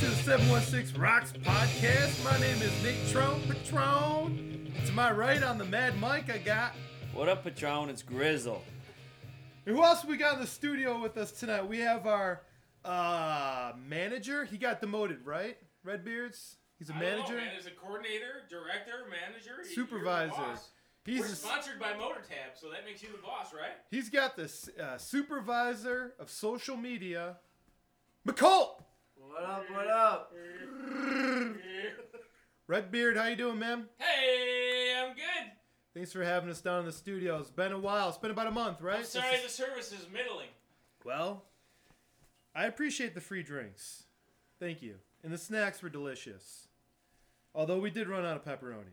716 Rocks Podcast. My name is Nick Trone Patron. To my right on the Mad Mic, I got. What up, Patron? It's Grizzle. Who else we got in the studio with us tonight? We have our uh, manager. He got demoted, right? Redbeards. He's a I don't know, manager. man. There's a coordinator, director, manager, y- Supervisor. You're the boss. We're He's a, sponsored by MotorTab, so that makes you the boss, right? he's got the s- uh, supervisor of social media, McColt. What up, what up? Redbeard, how you doing, man? Hey, I'm good. Thanks for having us down in the studio. It's been a while. It's been about a month, right? I'm This sorry is- the service is middling. Well, I appreciate the free drinks. Thank you. And the snacks were delicious. Although we did run out of pepperoni.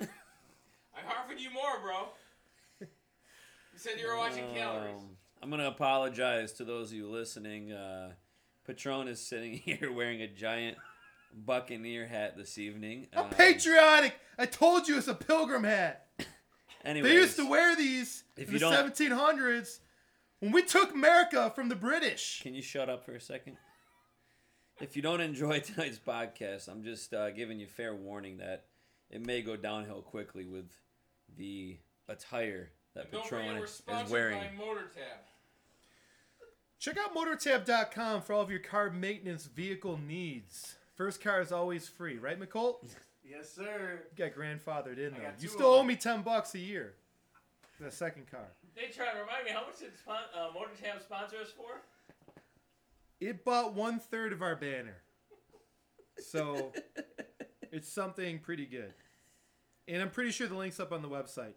I offered you more, bro. You said you were watching calories. Um, I'm gonna apologize to those of you listening. Uh, Patron is sitting here wearing a giant Buccaneer hat this evening. Oh, Um, Patriotic! I told you it's a pilgrim hat. Anyways, They used to wear these If in you the don't- 1700s when we took America from the British. Can you shut up for a second? If you don't enjoy tonight's podcast, I'm just uh, giving you fair warning that it may go downhill quickly with the attire that Don't forget Patron we're is sponsored wearing. by MotorTab. Check out motortab.com for all of your car maintenance vehicle needs. First car is always free, right, McColt? You Yes, sir. got grandfathered in, though. got You two still of owe them. me 10 bucks a year. for The second car. They try to remind me how much did spon- uh, MotorTab sponsor us for? It bought one third of our banner. So it's something pretty good. And I'm pretty sure the link's up on the website.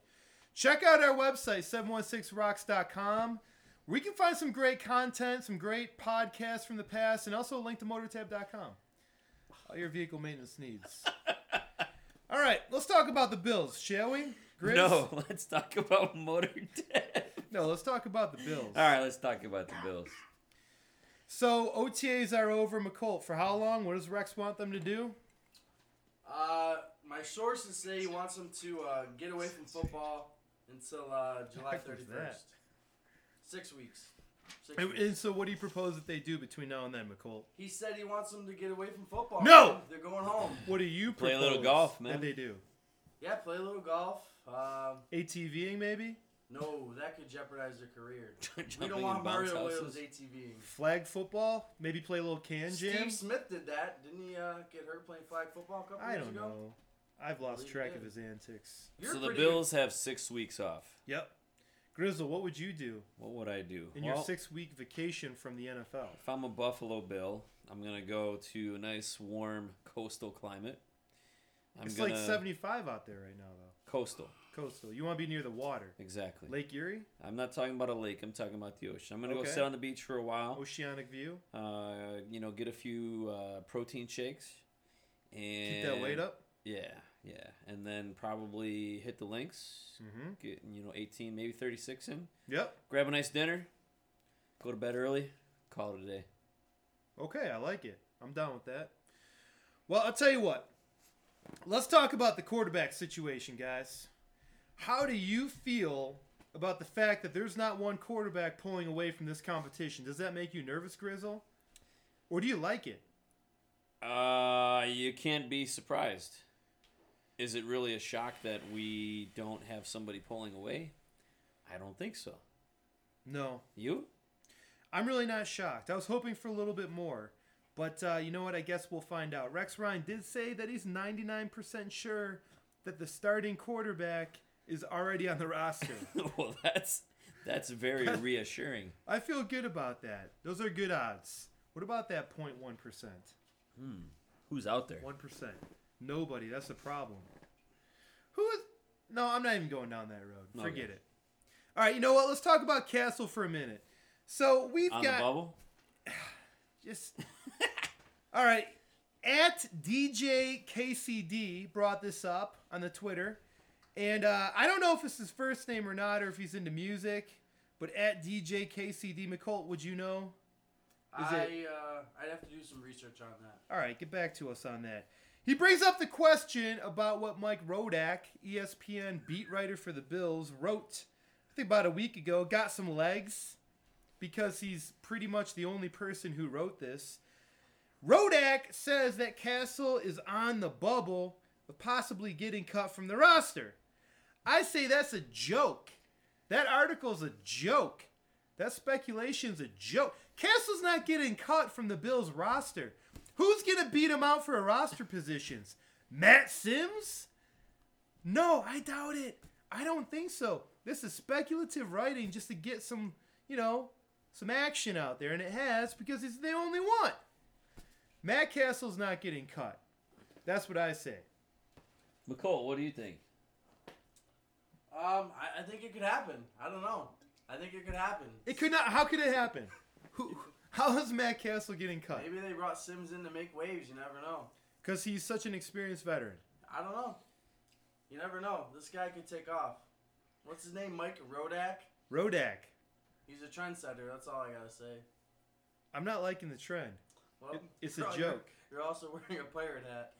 Check out our website, 716rocks.com. where you can find some great content, some great podcasts from the past, and also a link to motortab.com. All your vehicle maintenance needs. All right, let's talk about the Bills, shall we? Grizz? No, let's talk about Motor Dad. No, let's talk about the Bills. All right, let's talk about the Bills. So OTAs are over, McColt. For how long? What does Rex want them to do? Uh, my sources say he wants him to uh, get away from football until uh, July heck was 31st. Six weeks. Six And, weeks. and so, what do you propose that they do between now and then, McColt? He said he wants him to get away from football. No! man. They're going home. What do you Play a propose little golf, man. That they do Yeah, play a little golf. Um, ATVing, maybe no, that could jeopardize their career. We Jumping don't in want bounce Mario houses. Williams ATVing. flag football, maybe play a little can jam. Steve Smith did that. Didn't he uh, get hurt playing flag football a couple I years don't ago? know. I've lost Believe it track of is. his antics. You're so the pretty- Bills have six weeks off. Yep. Grizzle, what would you do What would I do? in your Well, six-week vacation from the NFL? if I'm a Buffalo Bill, I'm gonna go to a nice, warm coastal climate. I'm it's gonna like 75 out there right now, though. coastal. Coastal. You want to be near the water, Exactly. Lake Erie, I'm not talking about a lake. I'm talking about the ocean. I'm gonna Okay. go sit on the beach for a while. oceanic view. Uh, you know, get a few uh, protein shakes. And Keep that weight up. Yeah, yeah, and then probably hit the links. Mhm. Get you know 18, maybe 36 in. Yep. Grab a nice dinner. Go to bed early. Call it a day. Okay, I like it. I'm down with that. Well, I'll tell you what. Let's talk about the quarterback situation, guys. How do you feel about the fact that there's not one quarterback pulling away from this competition? Does that make you nervous, Grizzle? Or do you like it? Uh, you can't be surprised. Is it really a shock that we don't have somebody pulling away? I don't think so. No. You? I'm really not shocked. I was hoping for a little bit more. But uh, you know what? I guess we'll find out. Rex Ryan did say that he's 99% sure that the starting quarterback is already on the roster. well, that's that's very reassuring. I feel good about that. Those are good odds. What about that 0.1%? Who's out there? 1%. Nobody. That's the problem. Who is. No, I'm not even going down that road. No, Forget okay. it. All right, you know what? Let's talk about Castle for a minute. So we've On the got. bubble? Just all right. At DJ KCD brought this up on the Twitter, and uh, I don't know if it's his first name or not, or if he's into music. But at DJ KCD McColt, would you know? Is I, it- uh, I'd have to do some research on that. All right, get back to us on that. He brings up the question about what Mike Rodak, E ESPN beat writer for the Bills, wrote, I think about a week ago, got some legs because he's pretty much the only person who wrote this. Rodak says that Castle is on the bubble of possibly getting cut from the roster. I say that's a joke. That article's a joke. That speculation's a joke. Castle's not getting cut from the Bills roster. Who's gonna beat him out for a roster positions? Matt Sims? No, I doubt it. I don't think so. This is speculative writing just to get some, you know, some action out there, and it has because it's the only one. Matt Castle's not getting cut. That's what I say. McCole, what do you think? Um, I, I think it could happen. I don't know. I think it could happen. It could not. How could it happen? Who? How is Matt Castle getting cut? Maybe they brought Sims in to make waves. You never know. Because he's such an experienced veteran. I don't know. You never know. This guy could take off. What's his name? Mike Rodak. Rodak. He's a trendsetter. That's all I gotta say. I'm not liking the trend. Well, It- it's a you're- joke. You're also wearing a pirate hat.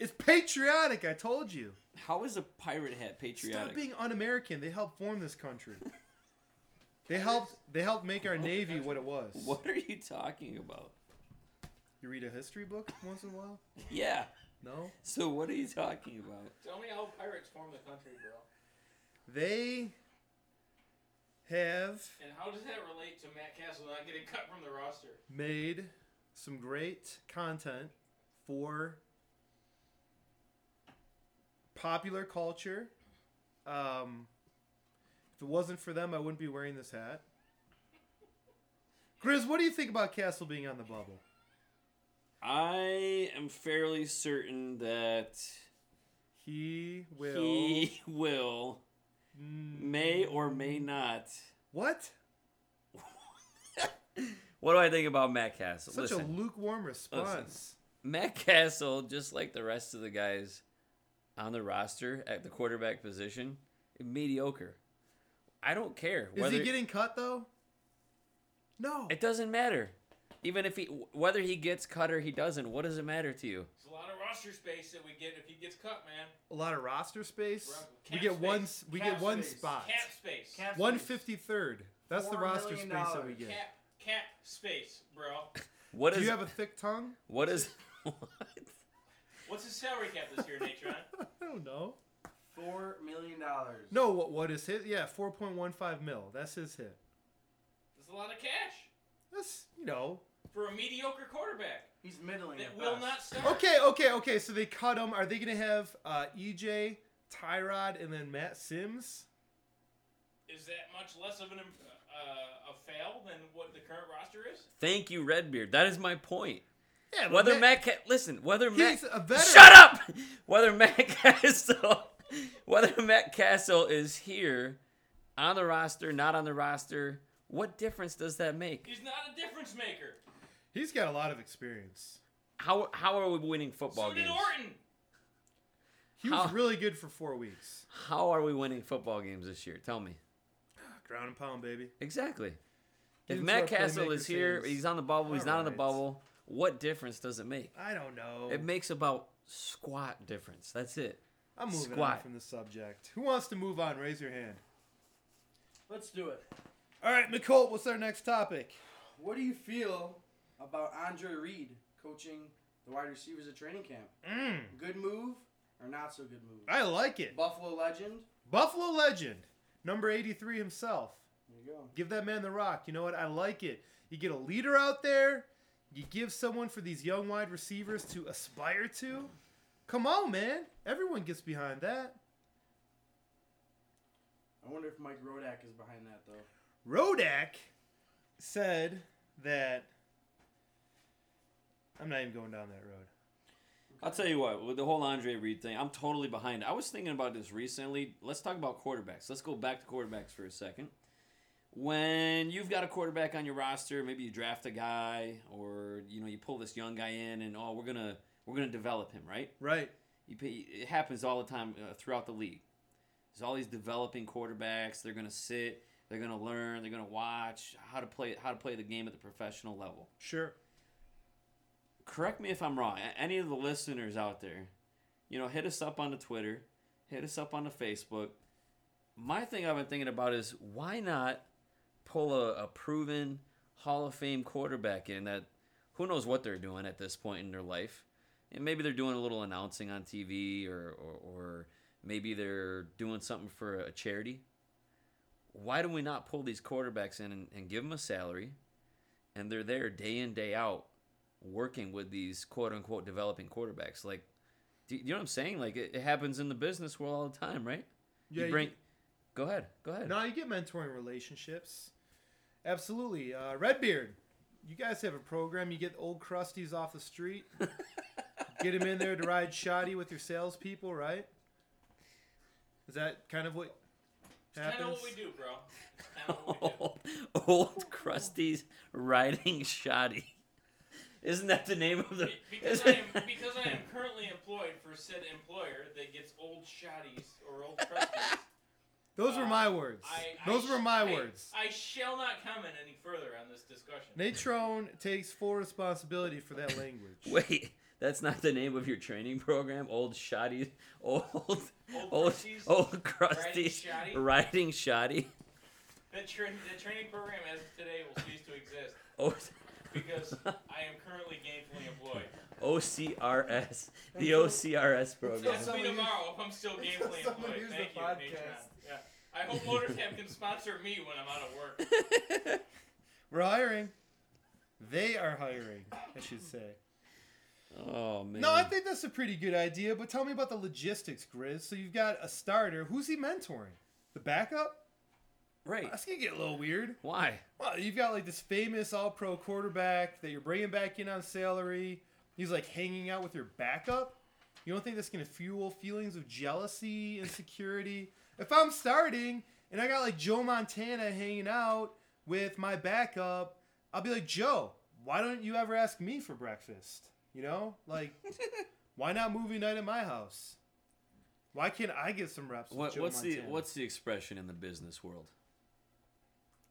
It's patriotic. I told you. How is a pirate hat patriotic? Stop being un-American. They helped form this country. They helped. They helped make our navy what it was. What are you talking about? You read a history book once in a while? Yeah. No. So what are you talking about? Tell me how pirates formed the country, bro. They have And how does that relate to Matt Castle not getting cut from the roster? made some great content for popular culture. Um, if it wasn't for them, I wouldn't be wearing this hat. Grizz, what do you think about Castle being on the bubble? I am fairly certain that He will. he will Mm, may or may not. what? What do I think about Matt Castle? Such Listen, a lukewarm response. Matt Castle, just like the rest of the guys on the roster at the quarterback position, mediocre. I don't care Is he getting cut though? No. It doesn't matter. Even if he whether he gets cut or he doesn't, what does it matter to you? It's a lot of roster space that we get if he gets cut, man. a lot of roster space. We're up- we cap get one. space. s- We Cap get one space. spot. Cap space. Cap One space. fifty third. That's the Four roster space million that we dollars. get. Cap, cap space, bro. What Do is you have a thick tongue? what is What's his salary cap this year, Natron? I don't know. Four million dollars. No, what what is hit? Yeah, four point one five mil. That's his hit. That's a lot of cash That's you know. for a mediocre quarterback He's middling. that at will best. not start. Okay, okay, okay. So they cut him. Are they gonna have uh, EJ, Tyrod, and then Matt Sims? Is that much less of an im- uh, a fail than what the current roster is? Thank you, Redbeard. That is my point. Yeah. but Whether Matt, Ca- listen, whether Matt he's a veteran. Shut up! Whether Matt Castle whether Matt Castle is here on the roster, not on the roster, what difference does that make? He's not a difference maker. He's got a lot of experience. How how are we winning football so did games? Orton. He was How- really good for four weeks. How are we winning football games this year? Tell me. Ground and pound, baby. Exactly. If Even Matt to our Castle playmaker is here, says, he's on the bubble, he's "All not on the right." bubble, what difference does it make? I don't know. It makes about squat difference. That's it. I'm moving on Squat. from the subject. Who wants to move on? Raise your hand. Let's do it. All right, Nicole, what's our next topic? What do you feel about Andre Reed coaching the wide receivers at training camp? Mm, Good move or not so good move? I like it. Buffalo legend. Buffalo legend, number 83 himself. There you go. Give that man the rock. You know what? I like it. You get a leader out there, you give someone for these young wide receivers to aspire to. Come on, man. Everyone gets behind that. I wonder if Mike Rodak is behind that though. Rodak said that. I'm not even going down that road. I'll tell you what, with the whole Andre Reed thing, I'm totally behind. it. I was thinking about this recently. Let's talk about quarterbacks. Let's go back to quarterbacks for a second. When you've got a quarterback on your roster, maybe you draft a guy or you know, you pull this young guy in and oh, we're going to we're going to develop him, right? Right. You pay, it happens all the time uh, throughout the league. There's all these developing quarterbacks. They're gonna sit. They're gonna learn. They're gonna watch how to play how to play the game at the professional level. Sure. Correct me if I'm wrong. a- Any of the listeners out there, you know, hit us up on the Twitter, hit us up on the Facebook. My thing I've been thinking about is why not pull a, a proven Hall of Fame quarterback in that who knows what they're doing at this point in their life. And maybe they're doing a little announcing on TV or, or, or maybe they're doing something for a charity. Why do we not pull these quarterbacks in and, and give them a salary? And they're there day in, day out working with these quote unquote developing quarterbacks. Like, do you know what I'm saying? Like, it, it happens in the business world all the time, right? Yeah, you you bring. Go ahead. Go ahead. No, you get mentoring relationships. Absolutely. Uh, Redbeard, you guys have a program. You get old crusties off the street. get them in there to ride shoddy with your salespeople, right? Is that kind of what Kind happens? of what we do, bro. Kind of what we do. old crusties riding shoddy. Isn't that the name of the? Be- Because I am because I am currently employed for said employer that gets old shotties or old crusties. Those were Uh, my words. I, I Those sh- were my I- words. I shall not comment any further on this discussion. Natrone takes full responsibility for that language. Wait, that's not the name of your training program. Old shoddy, old old Oh, old, crusties, crusties shoddy? riding shoddy. The, tra- the training program as of today will cease to exist O because I am currently gainfully employed. O C R S, the O C R S program. Ask Someone me use- tomorrow if I'm still gainfully someone employed. use the Thank you, podcast. Natron. Yeah. I hope MotorCab can sponsor me when I'm out of work. We're hiring. They are hiring, I should say. oh man. No, I think that's a pretty good idea, but tell me about the logistics, Grizz. So you've got a starter. Who's he mentoring? The backup? right. That's going to get a little weird. Why? Well, you've got like this famous all pro quarterback that you're bringing back in on salary. He's like hanging out with your backup. You don't think that's going to fuel feelings of jealousy, insecurity? if I'm starting and I got like Joe Montana hanging out with my backup, I'll be like, Joe, why don't you ever ask me for breakfast? You know, like, why not movie night at my house? Why can't I get some reps? With What, Joe what's the Montana? what's the expression in the business world?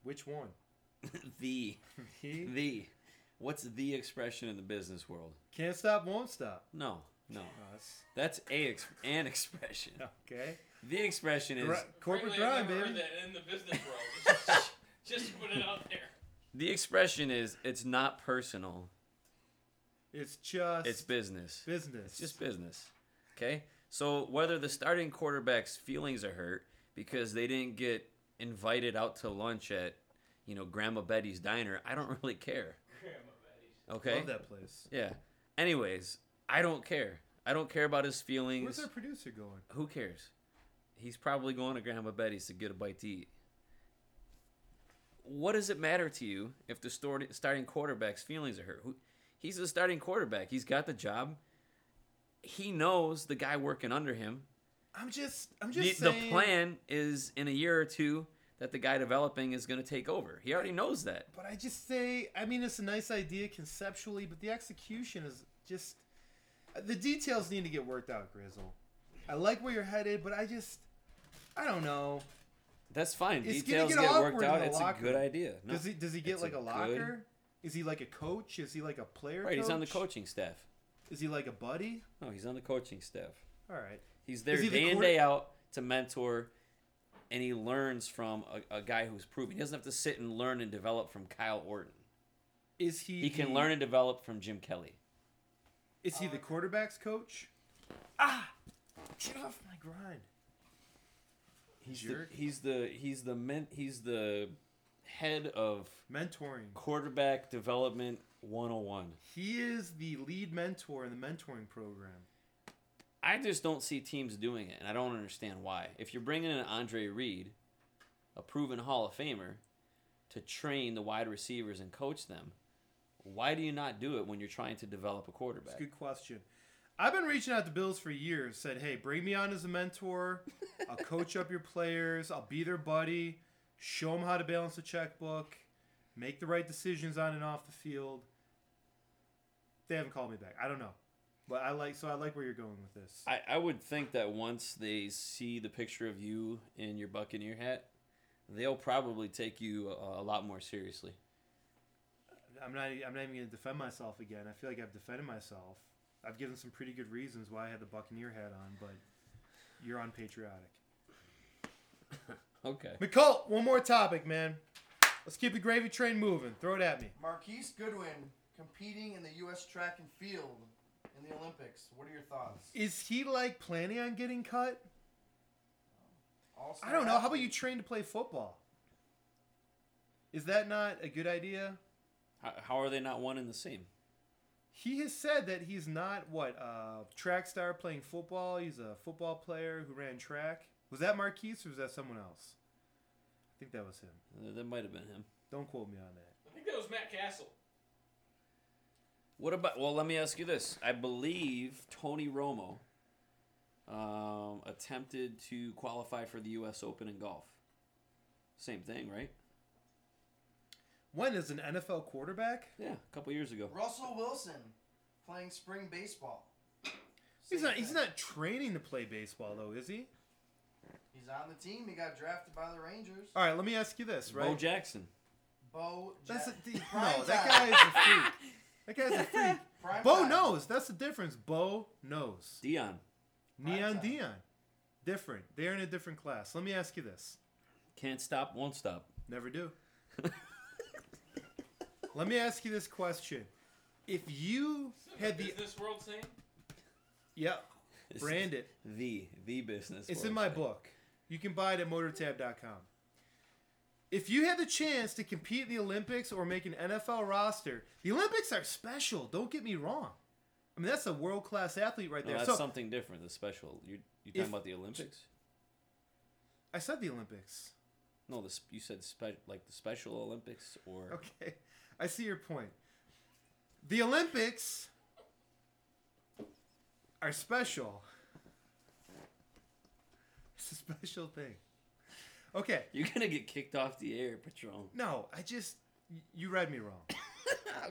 which one? the He the what's the expression in the business world? can't stop, won't stop. Oh, No, no. Us. That's a ex- an expression. Okay. The expression is Gri- corporate Frankly, grind, I've never baby. heard that in the business world. Just, just put it out there. the expression is it's not personal. It's just It's business. business. It's just business. Okay? So whether the starting quarterback's feelings are hurt because they didn't get invited out to lunch at, you know, Grandma Betty's diner, I don't really care. Grandma Betty's. Okay? Love that place. Yeah. Anyways, I don't care. I don't care about his Where's feelings. our producer going? Who cares? He's probably going to Grandma Betty's to get a bite to eat. What does it matter to you if the stor- starting quarterback's feelings are hurt? Who- He's the starting quarterback. He's got the job. He knows the guy working under him. I'm just, I'm The, just the saying. plan is in a year or two that the guy developing is going to take over. He already knows that. But I just say, I mean, it's a nice idea conceptually, but the execution is just, the details need to get worked out, Grizzle. I like where you're headed, but I just, I don't know. That's fine. It's gonna Details get get, awkward worked in out. the It's a locker good room. idea. No. Does he, does he get it's like a a locker? Is he like a coach? Is he like a player? Right, he's on the coach? coaching staff. Is he like a buddy? No, he's on the coaching staff. All right. He's there he the day in, quarter- day out to mentor, and he learns from a, a guy who's proven. He doesn't have to sit and learn and develop from Kyle Orton. Is he? He can learn and develop from Jim Kelly. Is he the quarterback's coach? Uh, Ah, get off my grind. He's Jerk. the he's the he's the men, he's the head of Mentoring. quarterback development 101. He is the lead mentor in the mentoring program. I just don't see teams doing it, and I don't understand why. If you're bringing in Andre Reed, a proven Hall of Famer, to train the wide receivers and coach them, why do you not do it when you're trying to develop a It's quarterback? a good question. I've been reaching out to Bills for years, said, hey, bring me on as a mentor. I'll coach up your players. I'll be their buddy. Show them how to balance a checkbook. Make the right decisions on and off the field. They haven't called me back. I don't know. But I like so I like where you're going with this. I, I would think that once they see the picture of you in your Buccaneer hat, they'll probably take you a, a lot more seriously. I'm not. I'm not even going to defend myself again. I feel like I've defended myself. I've given some pretty good reasons why I had the Buccaneer hat on, but you're unpatriotic. Okay. McCult, one more topic, man. Let's keep the gravy train moving. Throw it at me. Marquise Goodwin competing in the U.S. track and field in the Olympics. What are your thoughts? Is he like planning on getting cut? Also, I don't know. How about you train to play football? Is that not a good idea? How, how are they not one and the same? He has said that he's not what a track star playing football. He's a football player who ran track. Was that Marquise or was that someone else? I think that was him. Uh, That might have been him. Don't quote me on that. I think that was Matt Castle. What about? Well, let me ask you this. I believe Tony Romo um, attempted to qualify for the U.S. Open in golf. Same thing, right? When is an NFL quarterback? Yeah, a couple years ago. Russell Wilson playing spring baseball. He's Same not. He's thing. not training to play baseball though, is he? He's on the team. He got drafted by the Rangers. All right. Let me ask you this, Bo right? Jackson. Bo. That's a, Jack- the- Prime no. That guy time. is a freak. That guy's a freak. Prime Bo time. knows. That's the difference. Bo knows. Dion. Prime Neon time. Dion. Different. They're in a different class. Let me ask you this. Can't stop, won't stop. Never do. Let me ask you this question. If you had the Is this world saying? yeah, This is brand it. The the business. It's world in my thing. book. You can buy it at motortab.com. If you had the chance to compete in the Olympics or make an NFL roster, the Olympics are special. Don't get me wrong. I mean, that's a world class athlete right No, there. that's so something different. That's special. You you talking If- about the Olympics? I said the Olympics. No, the, sp- you said spe- like the Special Olympics or Okay, I see your point. The Olympics are special. It's a special thing. Okay, you're gonna get kicked off the air, Patron. no, I just y- you read me wrong.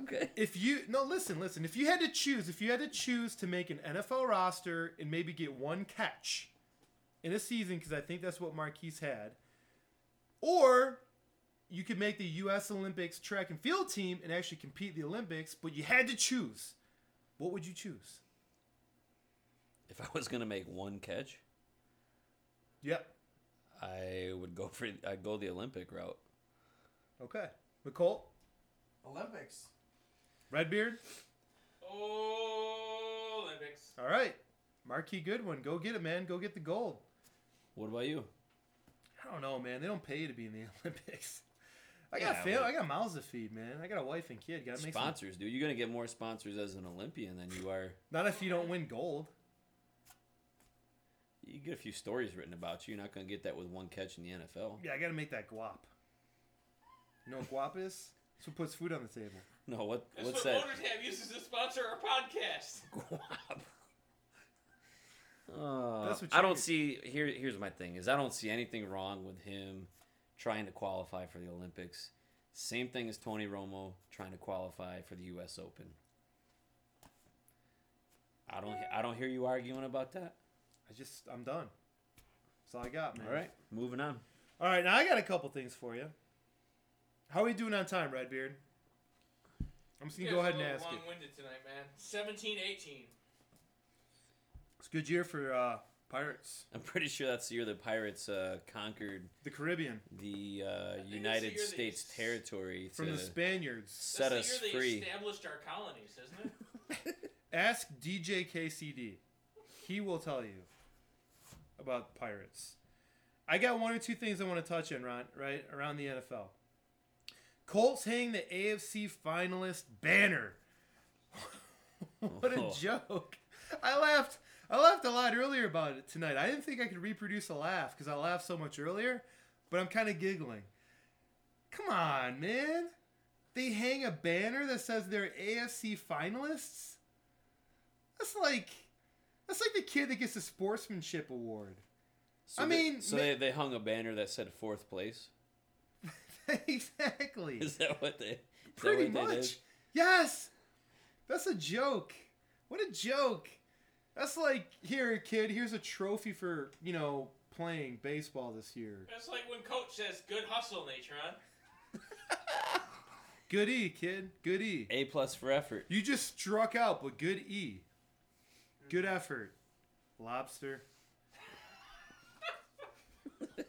okay. If you no, listen, listen. If you had to choose, if you had to choose to make an NFL roster and maybe get one catch in a season, because I think that's what Marquise had, or you could make the U.S. Olympics track and field team and actually compete in the Olympics, but you had to choose. What would you choose? If I was gonna make one catch, Yep. I would go for I'd go the Olympic route. Okay. McColt, Olympics. Redbeard. Oh, Olympics. All right. Marquis Goodwin, go get it, man. Go get the gold. What about you? I don't know, man. They don't pay you to be in the Olympics. I got Yeah, fam- but- I got mouths to feed, man. I got a wife and kid. Got to make some. Sponsors, dude. You're gonna get more sponsors as an Olympian than you are. Not if you don't win gold. You get a few stories written about you. You're not gonna get that with one catch in the NFL. Yeah, I got to make that guap. You know what guap is? It's what puts food on the table. No, what That's what's what that? MotorTab uses to sponsor our podcast. Uh, That's what I you don't do. see here. Here's my thing: is I don't see anything wrong with him trying to qualify for the Olympics. Same thing as Tony Romo trying to qualify for the U.S. Open. I don't. I don't hear you arguing about that. I just I'm done. That's all I got, man. All right, moving on. All right. Now I got a couple things for you. How are we doing on time, Redbeard? I'm just gonna go ahead and ask you. long winded tonight, man. 17, 18. It's a good year for uh, Pirates, I'm pretty sure that's the year the Pirates uh, conquered the Caribbean the uh, the United year they- States territory from to the Spaniards. set That's us the year free. they established our colonies, isn't it? Ask DJ KCD. He will tell you about Pirates. I got one or two things I want to touch on, Ron, right around the NFL. Colts hang the AFC finalist banner. what a Oh. joke. I laughed I laughed a lot earlier about it tonight. I didn't think I could reproduce a laugh because I laughed so much earlier, but I'm kind of giggling. Come on, man. They hang a banner that says they're AFC finalists? That's like that's like the kid that gets the sportsmanship award. So I they- mean, so ma- they, they hung a banner that said fourth place. exactly. Is that what they? Is Pretty that what They much. did? Yes. That's a joke. What a joke. That's like here, kid. Here's a trophy for you know playing baseball this year. That's like when Coach says, good hustle, Natron. Good E, kid. Good E. A plus for effort. You just struck out, but good E. Good effort, lobster.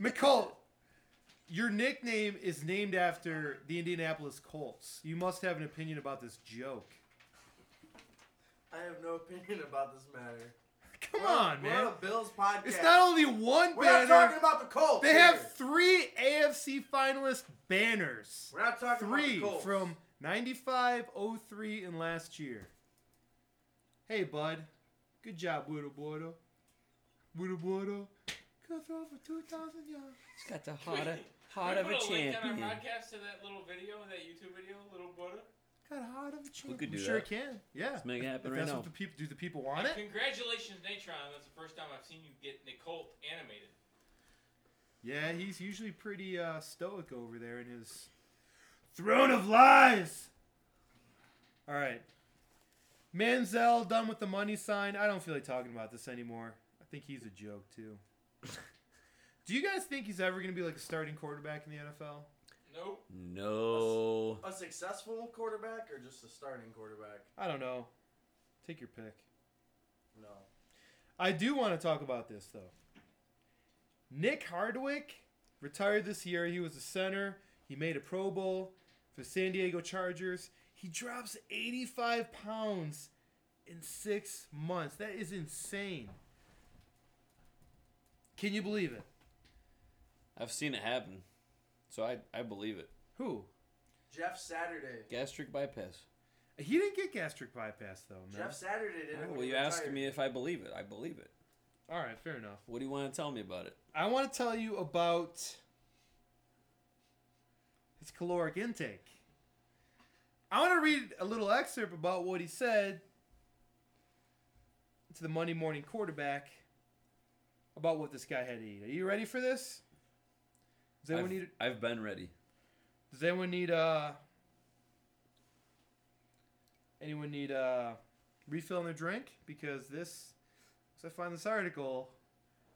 McColt, Your nickname is named after the Indianapolis Colts. You must have an opinion about this joke. I have no opinion about this matter. Come We're- on, we're man. a Bills podcast. It's not only one We're not talking banner. about the Colts. They here. have three AFC finalist banners. We're not talking Three about the Colts. from 95, 03, and last year. Hey, bud. Good job, Widow Bordo. Widow Bordo. Go throw for 2,000 yards. He's got the Can we- heart of, can heart we of a put a link on champion. our podcast to that little video, that YouTube video, little Buddha. Got hard of a champion. could do sure that. can. Yeah. Let's make it If- happen if right that's now. What the people, do the people want it? Congratulations, Natron. That's the first time I've seen you get Nicole animated. Yeah, he's usually pretty uh, stoic over there in his throne of lies. All right. Manziel done with the money sign. I don't feel like talking about this anymore. I think he's a joke too. Do you guys think he's ever going to be like a starting quarterback in the NFL? Nope. No. a successful quarterback or just a starting quarterback. I don't know. Take your pick. No. I do want to talk about this though. Nick Hardwick retired this year. He was a center. He made a Pro Bowl for the San Diego Chargers. He drops 85 pounds in six months. That is insane. Can you believe it? I've seen it happen. So I, I believe it. Who? Jeff Saturday. Gastric bypass. He didn't get gastric bypass though, man. Jeff Saturday did it. Oh, when well, he you asked retired. me if I believe it. I believe it. All right, fair enough. What do you want to tell me about it? I want to tell you about his caloric intake. I want to read a little excerpt about what he said to the Monday morning quarterback about what this guy had to eat. Are you ready for this? Does I've, anyone need I've been ready. Does anyone need uh anyone need uh refilling their drink? Because this as I find this article,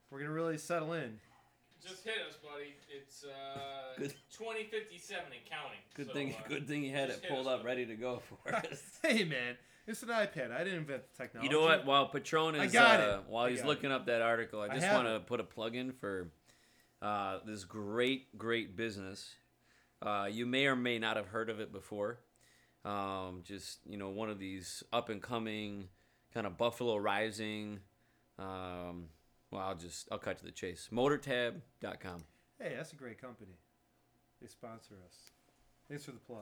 we're gonna really settle in. Just hit us, buddy. It's uh, Good. 2057 and counting. Good so, thing uh, good thing you had just it hit pulled us up with ready to go for us. Hey man, it's an iPad. I didn't invent the technology. You know what? While Patron I is got uh, it. while I he's got it. looking up that article, I I just have want to put a plug in for uh, this great, great business. Uh, you may or may not have heard of it before. Um, just you know, one of these up and coming kind of Buffalo rising. Um, well, I'll just I'll cut to the chase. Motortab.com. Hey, that's a great company. They sponsor us. Thanks for the plug.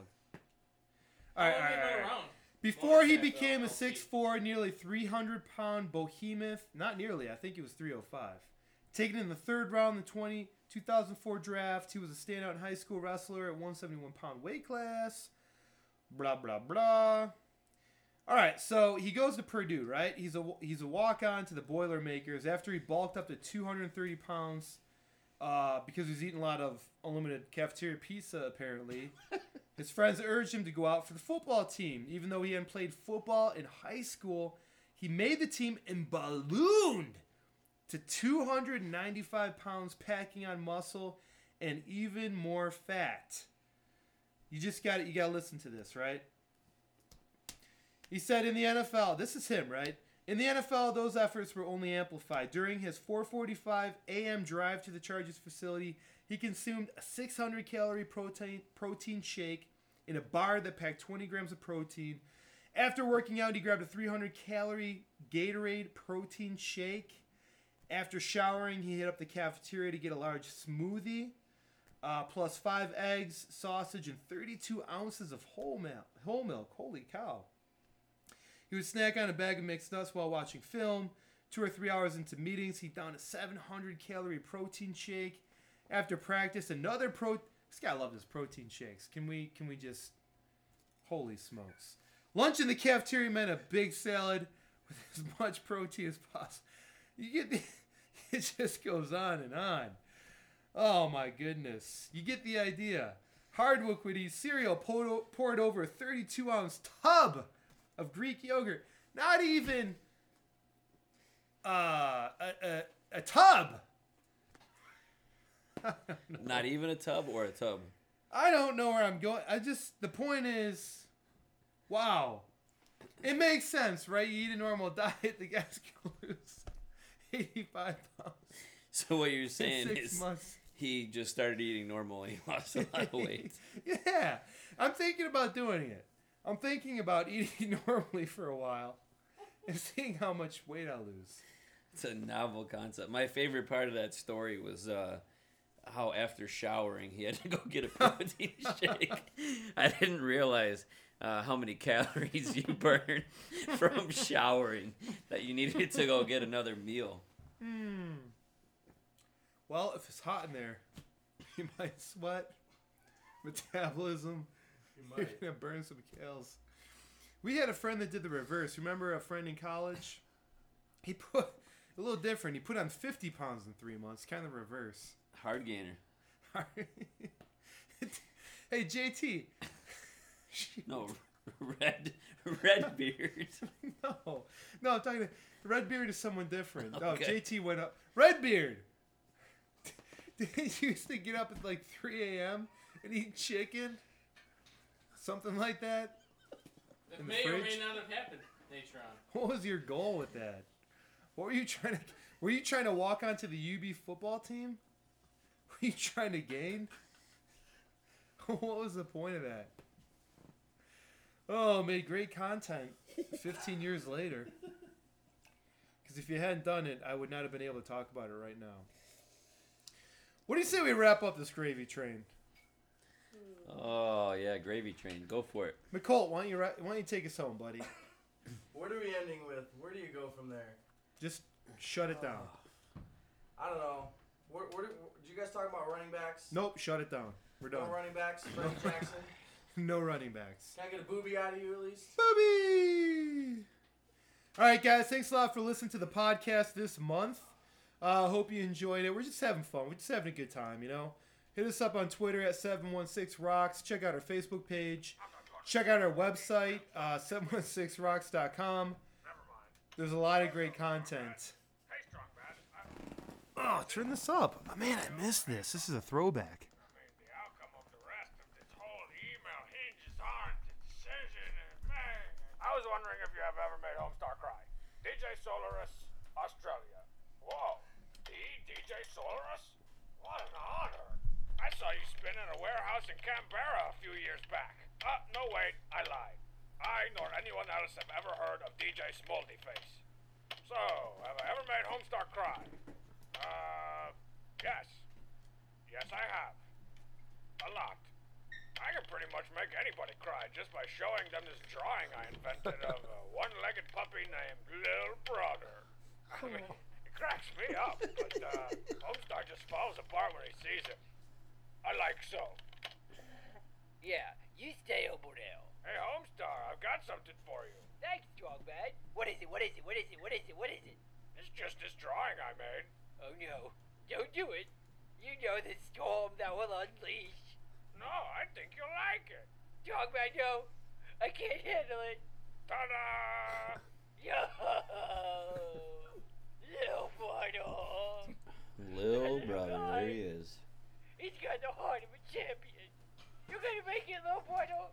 All How right, long all right, have you been all right. around? Before he Motortab, though, became a I'll see. 6'4", nearly 300-pound behemoth, not nearly, I think it was 305, taken in the third round of the 20, 2004 draft, he was a standout in high school wrestler at 171-pound weight class, blah, blah, blah. All right, so he goes to Purdue, right? He's a, he's a walk-on to the Boilermakers after he bulked up to 230 pounds uh, because he was eating a lot of unlimited cafeteria pizza, apparently. His friends urged him to go out for the football team. Even though he hadn't played football in high school, he made the team and ballooned to 295 pounds, packing on muscle and even more fat. You just got to You got to listen to this, right? He said in the NFL, this is him, right? In the NFL, those efforts were only amplified. During his 4:45 a.m. drive to the Chargers facility, he consumed a 600 calorie protein protein shake in a bar that packed 20 grams of protein. After working out, he grabbed a 300 calorie Gatorade protein shake. After showering, he hit up the cafeteria to get a large smoothie, uh, plus five eggs, sausage, and 32 ounces of whole milk. Whole milk. Holy cow! He would snack on a bag of mixed nuts while watching film. Two or three hours into meetings, he downed a 700 calorie protein shake. After practice, another pro. This guy loved his protein shakes. Can we? Can we just? Holy smokes! Lunch in the cafeteria meant a big salad with as much protein as possible. You get the. It just goes on and on. Oh my goodness! You get the idea. Hardwick would eat cereal poured o- poured over a 32 ounce tub of Greek yogurt. Not even uh, a, a, a tub. Not even a tub or a tub. I don't know where I'm going. I just, the point is, wow. It makes sense, right? You eat a normal diet, the guy's going to lose 85 pounds So what you're in saying six is months. he just started eating normally. He lost a lot of weight. yeah, I'm thinking about doing it. I'm thinking about eating normally for a while and seeing how much weight I lose. It's a novel concept. My favorite part of that story was uh, how after showering he had to go get a protein shake. I didn't realize uh, how many calories you burn from showering that you needed to go get another meal. Hmm. Well, if it's hot in there, you might sweat, metabolism, You You're might. gonna burn some kales. We had a friend that did the reverse. Remember a friend in college? He put a little different. He put on 50 pounds in three months. Kind of reverse. Hard gainer. hey JT. Shoot, No, red red beard. no, no. I'm talking. To, Redbeard is someone different. No, Okay. JT went up. Redbeard. he used to get up at like 3 a.m. and eat chicken, something like that. That In the may or may fridge? not have happened, Natron. What was your goal with that? What were you trying to? Were you trying to walk onto the UB football team? Were you trying to gain? What was the point of that? Oh, made great content. Fifteen years later. Because if you hadn't done it, I would not have been able to talk about it right now. What do you say we wrap up this gravy train? Oh yeah, gravy train. Go for it. McColt, why don't you ri- why don't you take us home, buddy? What are we ending with? Where do you go from there? Just shut it down. I don't know. Where, where do, did you guys talk about running backs? Nope, shut it down. We're No done. running backs. Frank Jackson. No running backs. Can I get a booby out of you at least? Booby. All right, guys. Thanks a lot for listening to the podcast this month. Uh, hope you enjoyed it. We're just having fun. We're just having a good time, you know. Hit us up on Twitter at 716rocks. Check out our Facebook page. Check out our website, uh, 716rocks.com. There's a lot of great content. Oh, turn this up. Oh, man, I missed this. This is a throwback. The outcome of the rest of this whole email hinges on the decision it made. I was wondering if you have ever made Homestar cry. DJ Solaris, Australia. Whoa, the DJ Solaris? What an honor. I saw you spin in a warehouse in Canberra a few years back. Uh, no, wait, I lied. I nor anyone else have ever heard of DJ Smoldyface. So, have I ever made Homestar cry? Uh, yes. Yes, I have. A lot. I can pretty much make anybody cry just by showing them this drawing I invented of a one-legged puppy named Lil Brother. I mean, it cracks me up, but uh, Homestar just falls apart when he sees him. I like so. Yeah, you stay over there. Hey, Homestar, I've got something for you. Thanks, Strongman. What is it? What is it? What is it? What is it? What is it? It's just this drawing I made. Oh no. Don't do it. You know the storm that will unleash. No, I think you'll like it. Strongman, no. I can't handle it. Ta-da! Yo. Little mortal. Lil brother, there he is. He's got the heart of a champion. You're gonna make it, little mortal.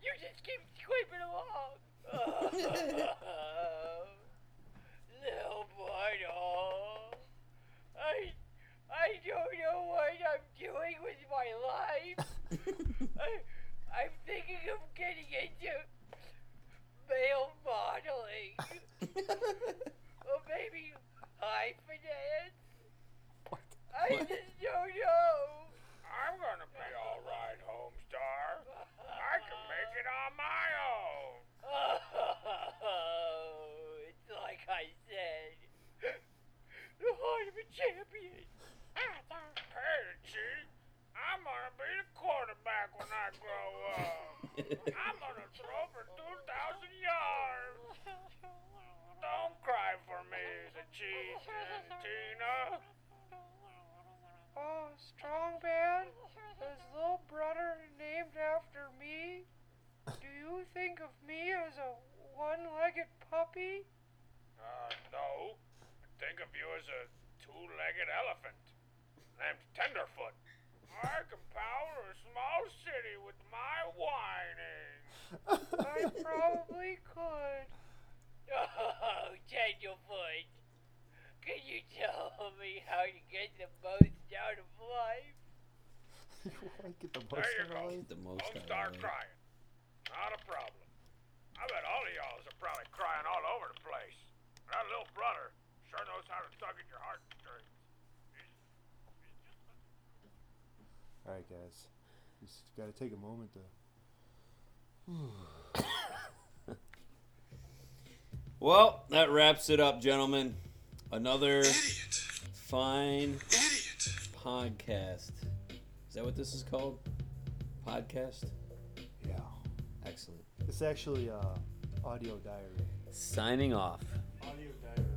You just keep scraping along. little mortal. I, I don't know what I'm doing with my life. I, I'm thinking of getting into male modeling or maybe high finance. I What? just don't know. I'm gonna be all right, Homestar. I can make it on my own. Oh, it's like I said. The heart of a champion. Hey, Chief, I'm gonna be the quarterback when I grow up. I'm gonna throw for 2,000 yards. Don't cry for me, the Chief and Tina. Oh, strong man. Is little brother named after me? Do you think of me as a one-legged puppy? Uh, no. I think of you as a two-legged elephant named Tenderfoot. I can power a small city with my whining. I probably could. Oh, Tenderfoot. Can you tell me how to get the most out of you want to get the most There you out of go. life? The most Don't out start of it. crying. Not a problem. I bet all of y'all are probably crying all over the place. That little brother sure knows how to tug at your heartstrings. He's, he's just All a right, guys. Just got to take a moment to. Well, that wraps it up, gentlemen. Another fine podcast. Is that what this is called? Podcast? Yeah. Excellent. It's actually uh, audio diary. Signing off. Audio diary.